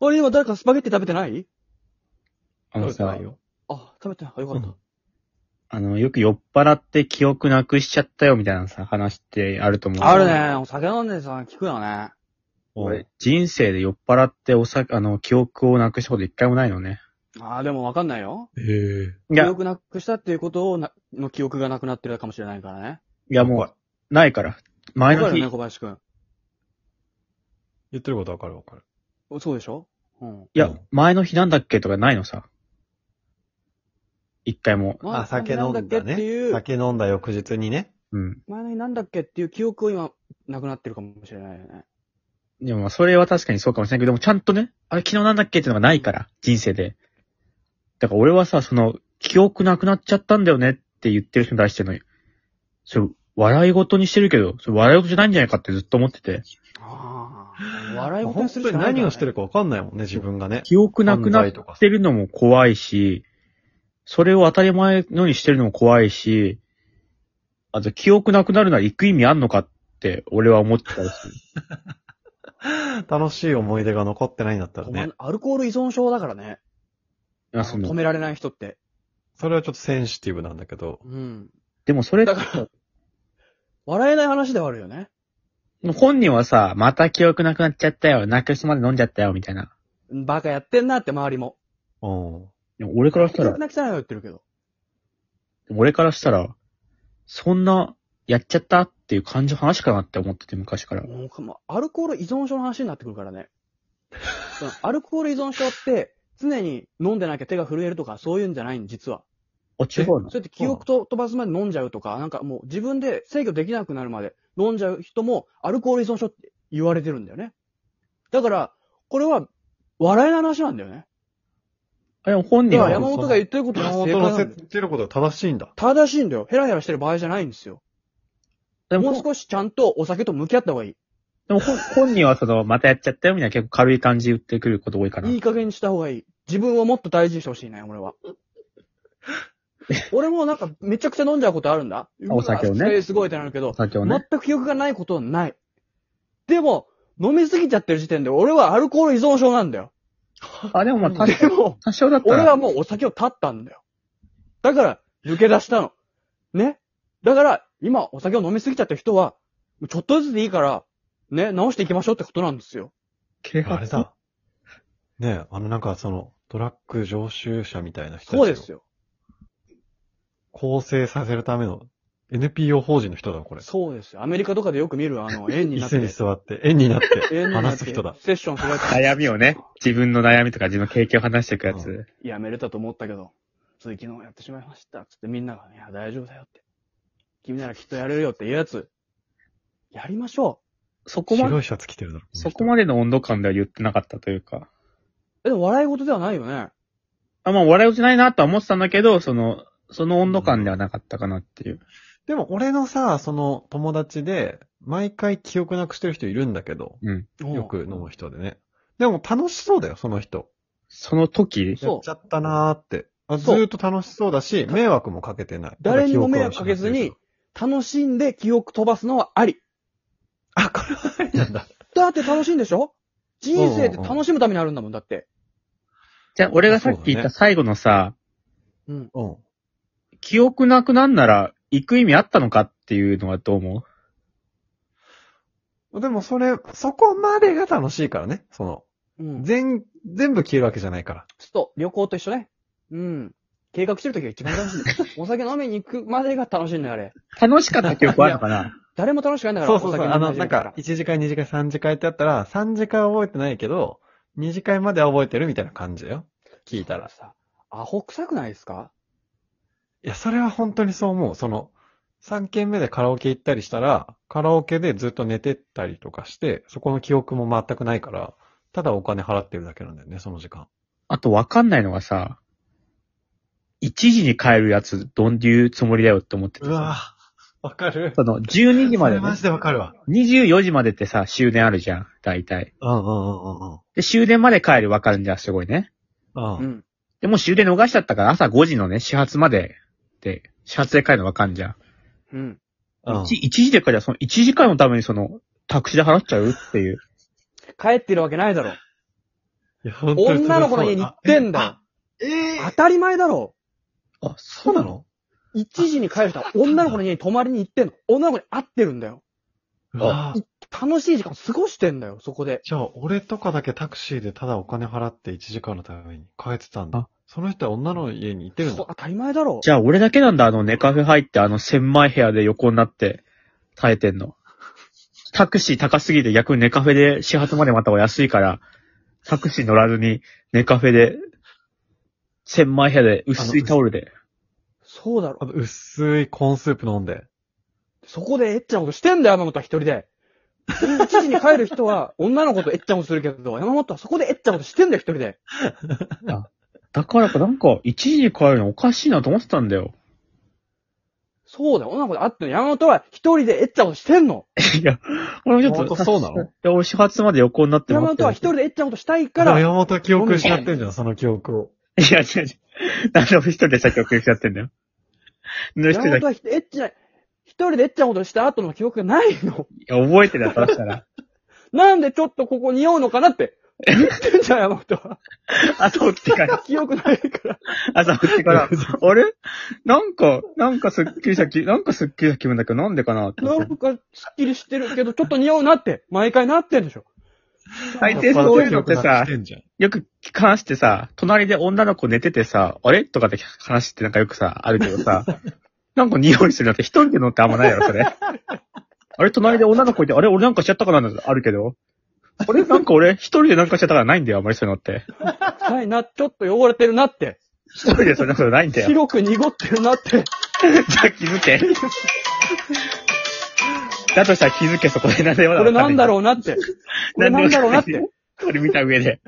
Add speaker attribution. Speaker 1: あれ今誰かスパゲッティ食べてない
Speaker 2: あのさ、
Speaker 3: よ。
Speaker 1: あ、食べてない。あ、よかった。
Speaker 3: うん
Speaker 2: あの、よく酔っ払って記憶なくしちゃったよみたいなさ、話ってあると思う。
Speaker 1: あるね。お酒飲んでさ、聞くよね。
Speaker 2: 俺。人生で酔っ払ってお酒、あの、記憶をなくしたこと一回もないのね。
Speaker 1: ああ、でもわかんないよ。
Speaker 3: ええ。
Speaker 2: い
Speaker 1: 記
Speaker 2: や、い
Speaker 1: 憶なくしたっていうことをな、の記憶がなくなってるかもしれないからね。
Speaker 2: やもう、ないから。前
Speaker 1: わか
Speaker 2: の
Speaker 1: る
Speaker 2: 日、
Speaker 1: よね、小林くん。
Speaker 3: 言ってることわかるわかる。
Speaker 1: おそうでしょうん。
Speaker 2: いや、前の日なんだっけとかないのさ。一回も。
Speaker 1: 前
Speaker 3: あ、酒飲ん
Speaker 1: 前
Speaker 3: だ
Speaker 1: の日なんだっけって
Speaker 3: ね。
Speaker 1: いう、
Speaker 3: 酒飲んだ翌日にね。
Speaker 2: うん。
Speaker 1: 前の日なんだっけっていう記憶を今、なくなってるかもしれないよね。
Speaker 2: でもまあ、それは確かにそうかもしれないけど、でもちゃんとね、あれ昨日なんだっけってのがないから、人生で。だから俺はさ、その、記憶なくなっちゃったんだよねって言ってる人に対しての、それ、笑い事にしてるけど、それ笑い事じゃないんじゃないかってずっと思ってて。
Speaker 1: ああ。笑い事に
Speaker 3: 本
Speaker 1: す
Speaker 3: 当
Speaker 1: るし
Speaker 3: に
Speaker 1: かないからね
Speaker 3: 何をしてるかわかんないもんね、自分がね。
Speaker 2: 記憶なくなっ
Speaker 3: 犯罪とか
Speaker 2: てるのも怖いし、それを当たり前のようにしてるのも怖いし、あと記憶なくなるなら行く意味あんのかって俺は思ってたし。
Speaker 3: 楽しい思い出が残ってないんだったら
Speaker 1: お前
Speaker 3: ね。
Speaker 1: アルコール依存症だからね。
Speaker 2: あそ
Speaker 1: 止
Speaker 2: の
Speaker 1: められない人って。
Speaker 3: それはちょっとセンシティブなんだけど。
Speaker 1: うん。
Speaker 2: でもそれ
Speaker 1: だから、笑えない話ではあるよね。
Speaker 2: 本人はさ、また記憶なくなっちゃったよ。なくすまで飲んじゃったよ、みたいな。
Speaker 1: バカやってんなって周りも。
Speaker 3: うん。
Speaker 2: でも俺からした
Speaker 1: 記
Speaker 2: ら
Speaker 1: 憶、なくさないよ言ってるけど。
Speaker 2: 俺からしたら、そんな、やっちゃったっていう感じの話かなって思ってて、昔から。
Speaker 1: もうかもうアルコール依存症の話になってくるからね。そのアルコール依存症って、常に飲んでなきゃ手が震えるとか、そういうんじゃないん、実は。
Speaker 2: あ、違うの
Speaker 1: そうやって記憶と飛ばすまで飲んじゃうとか、なんかもう自分で制御できなくなるまで飲んじゃう人も、アルコール依存症って言われてるんだよね。だから、これは、笑えない話なんだよね。
Speaker 2: あ、でも本
Speaker 1: だ
Speaker 2: 人
Speaker 1: から
Speaker 2: は、
Speaker 1: 山本が言ってることが
Speaker 3: 山
Speaker 1: 正解
Speaker 3: 本
Speaker 1: なん
Speaker 3: の
Speaker 1: だ
Speaker 3: 言っ
Speaker 1: よ
Speaker 3: てることが正しいんだ。
Speaker 1: 正しいんだよ。ヘラヘラしてる場合じゃないんですよ。
Speaker 2: でも
Speaker 1: もう少しちゃんとお酒と向き合った方がいい。
Speaker 2: でも本本人はその、またやっちゃったよ、みたいな結構軽い感じで言ってくること多いかな。
Speaker 1: いい加減にした方がいい。自分をもっと大事にしてほしいね、俺 は。俺もなんかめちゃくちゃ飲んじゃうことあるんだ。
Speaker 2: お酒をね
Speaker 1: うわ二日酔いすごいってなるけど
Speaker 2: お、酒をね。
Speaker 1: 全く記憶がないことはない。でも、飲みすぎちゃってる時点で俺はアルコール依存症なんだよ。
Speaker 2: あ、でもまあ、多
Speaker 1: でも、
Speaker 2: 多少だった
Speaker 1: 俺
Speaker 2: ら
Speaker 1: は、もうお酒を断ったんだよ。だから、抜け出したの。ね。だから、今お酒を飲みすぎちゃった人は、ちょっとずつでいいから、ね、直していきましょうってことなんですよ。
Speaker 2: 啓
Speaker 3: あ
Speaker 2: 発
Speaker 3: れだ。ねえ、あのなんかその、ドラッグ常習者みたいな人たちを
Speaker 1: そうですよ。
Speaker 3: 構成させるための NPO 法人の人だ、これ。
Speaker 1: そうですよ。アメリカとかでよく見る、あの、円に
Speaker 3: 椅
Speaker 1: なっ
Speaker 3: 子に
Speaker 1: て。
Speaker 3: 座って、円になっ
Speaker 1: 円
Speaker 3: て、
Speaker 1: になっ
Speaker 3: 話
Speaker 1: て
Speaker 3: す人だ。
Speaker 1: セッションするやつ。
Speaker 2: 悩みをね、自分の悩みとか自分の経験を話していくやつ。
Speaker 3: う
Speaker 1: やめれたと思ったけど、つい昨日やってしまいました。つってみんなが、いや、大丈夫だよって。君ならきっとやれるよって言うやつ。やりましょ
Speaker 2: そこまで
Speaker 3: 白、いシャツ着てるだろ。
Speaker 2: そこまでの温度感では言ってなかったというか。
Speaker 1: う。え、でも笑い事ではないよね。
Speaker 2: あ、まあ、笑い落ちないなとは思ってたんだけど、その、その温度感ではなかったかなっていう。
Speaker 3: でも俺のさ、その友達で、毎回記憶なくしてる人いるんだけど、
Speaker 2: うん。
Speaker 3: よく飲む人でね。でも楽しそうだよ、その人。
Speaker 2: その時、
Speaker 1: そう
Speaker 3: やっちゃったなーって。あず
Speaker 1: そう
Speaker 3: ーっと楽しそうだし、迷惑もかけてない。
Speaker 1: 誰にも迷惑かけずに、楽しんで記憶飛ばすのはあり。
Speaker 3: あ、これはありなんだ。
Speaker 1: だって楽しいんでしょ人生って楽しむためにあるんだもん、だって。
Speaker 2: じゃあ俺がさっき言った最後のさ、
Speaker 1: うん。
Speaker 3: うん。
Speaker 2: 記憶なくなんなら行く意味あったのかっていうのはどう思
Speaker 3: でもそれ、そこまでが楽しいからね。その、
Speaker 1: うん。
Speaker 3: 全、全部消えるわけじゃないから。
Speaker 1: ちょっと旅行と一緒ね。うん。計画してるときが一番 楽しいんだよ。お酒飲みに行くまでが楽しいんだよ、あれ。
Speaker 2: う楽しかった記憶はあるのかな
Speaker 1: 誰も楽しくないんだから、
Speaker 3: そう
Speaker 1: お
Speaker 3: そう
Speaker 1: 酒
Speaker 3: そ
Speaker 1: 飲
Speaker 3: う。
Speaker 1: み
Speaker 3: あの、
Speaker 1: 始
Speaker 3: な
Speaker 1: め
Speaker 3: ん
Speaker 1: てから
Speaker 3: か、。1次会、2次会、3次会ってあったら、3次会は覚えてないけど、2次会までは覚えてるみたいな感じだよ。聞いたら。
Speaker 1: さ、アホ臭くないですか
Speaker 3: いや、それは本当にそう思う。その、3軒目でカラオケ行ったりしたら、カラオケでずっと寝てったりとかして、そこの記憶も全くないから、ただお金払ってるだけなんだよね、その時間。
Speaker 2: あとわかんないのがさ、1時に帰るやつどういうつもりだよって思っててさ
Speaker 3: ぁ、わかる
Speaker 2: その12時まで、ね、
Speaker 3: でわかるわ。
Speaker 2: 24時までってさ、終電あるじゃん、大体。
Speaker 3: うんうんうんうん
Speaker 2: で、終電まで帰るわかるんじゃん、すごいね。
Speaker 3: うん。う。
Speaker 1: うんん。
Speaker 2: でもう終電逃しちゃったから朝5時のね、始発まで、で、始発で帰るのわかんじゃん。
Speaker 1: うん。
Speaker 3: うん
Speaker 2: 一1時で帰りゃその1時間のためにその、タクシーで払っちゃうっていう。
Speaker 1: 帰ってるわけないだろ。
Speaker 3: いや、本当に
Speaker 1: 女の子の家に行ってんだよ。
Speaker 4: え
Speaker 1: 当たり前だろ。
Speaker 3: あ、そうなの
Speaker 1: 一時に帰る人は女の子の家に泊まりに行ってんの。女の子に会ってるんだよ。
Speaker 3: うわぁ
Speaker 1: 楽しい時間を過ごしてんだよ、そこで。
Speaker 3: じゃあ、俺とかだけタクシーでただお金払って1時間のために帰ってたんだ
Speaker 2: あ。
Speaker 3: その人は女の家に行ってるん
Speaker 1: そう
Speaker 3: だ。
Speaker 1: 当たり前だろ。
Speaker 2: じゃあ俺だけなんだ、あの寝カフェ入って、あの狭い部屋で横になって耐えてんの。タクシー高すぎて逆に寝カフェで始発までまたは安いから、タクシー乗らずに寝カフェで、狭い部屋で薄いタオルで。
Speaker 1: そうだろ
Speaker 3: あ。と、薄いコーンスープ飲んで。
Speaker 1: そこでエッチなことしてんだよ、山本は一人で。1時に帰る人は女の子とエッチなことするけど、山本はそこでエッチなことしてんだよ、一人で。
Speaker 2: だからかなんか、一時に帰るのおかしいなと思ってたんだよ。
Speaker 1: そうだよ、女の子と会ってんの。山本は一人でエッチなことしてんの。
Speaker 2: いや、俺もちょっ
Speaker 3: 本
Speaker 2: と。
Speaker 3: 当そうなの
Speaker 2: いや、俺始発まで横になって
Speaker 1: 山
Speaker 2: 待って
Speaker 1: 本は
Speaker 2: る
Speaker 1: 一人でエッチなことしたいか
Speaker 3: でも
Speaker 1: ら、
Speaker 3: 山本は記憶失ってんじゃん、その記憶を。
Speaker 2: いや、違う違う。なんで俺一人でさっき遅れしちゃってんだよ。なんで一
Speaker 1: 山本
Speaker 2: 人だけ。
Speaker 1: はひエッチな、一人でエッチなことした後の記憶がないの。
Speaker 2: いや、覚えてたとしたら。
Speaker 1: なんでちょっとここ匂うのかなって。言ってんじゃん、山本は。
Speaker 2: 朝起きてから、
Speaker 1: 記憶ないから。
Speaker 2: 朝起き て から、あれなんか、なんかすっきりした気、なんかすっきりした気分だけど、なんでかなって思
Speaker 1: な
Speaker 2: って。
Speaker 1: んか、すっきりしてるけど、ちょっと匂うなって、毎回なってんでしょ。
Speaker 2: 大抵そういうのってさ
Speaker 3: 酔ぱら記憶なくしてんじゃん
Speaker 2: よく話してさ、隣で女の子寝ててさ、あれとかって話ってなんかよくさ、あるけど さ、なんか匂いするなって一人で乗ってあんまないやろ、それ。あれ隣で女の子いて、あれ俺なんかしちゃったかななんてあるけど。あれなんか俺一人でなんかしちゃったからないんだよ、あんまりそういうのって。
Speaker 1: 臭いな、ちょっと汚れてるなって。
Speaker 2: 一人でそんなことないんだよ。
Speaker 1: 白く濁ってるなって。
Speaker 2: じゃあ気 づけ。だとしたら気づけ、そこでなぜ
Speaker 1: これなんだろうなって。これなんだろうなっ。
Speaker 2: なんで
Speaker 1: て。
Speaker 2: これ見た上で。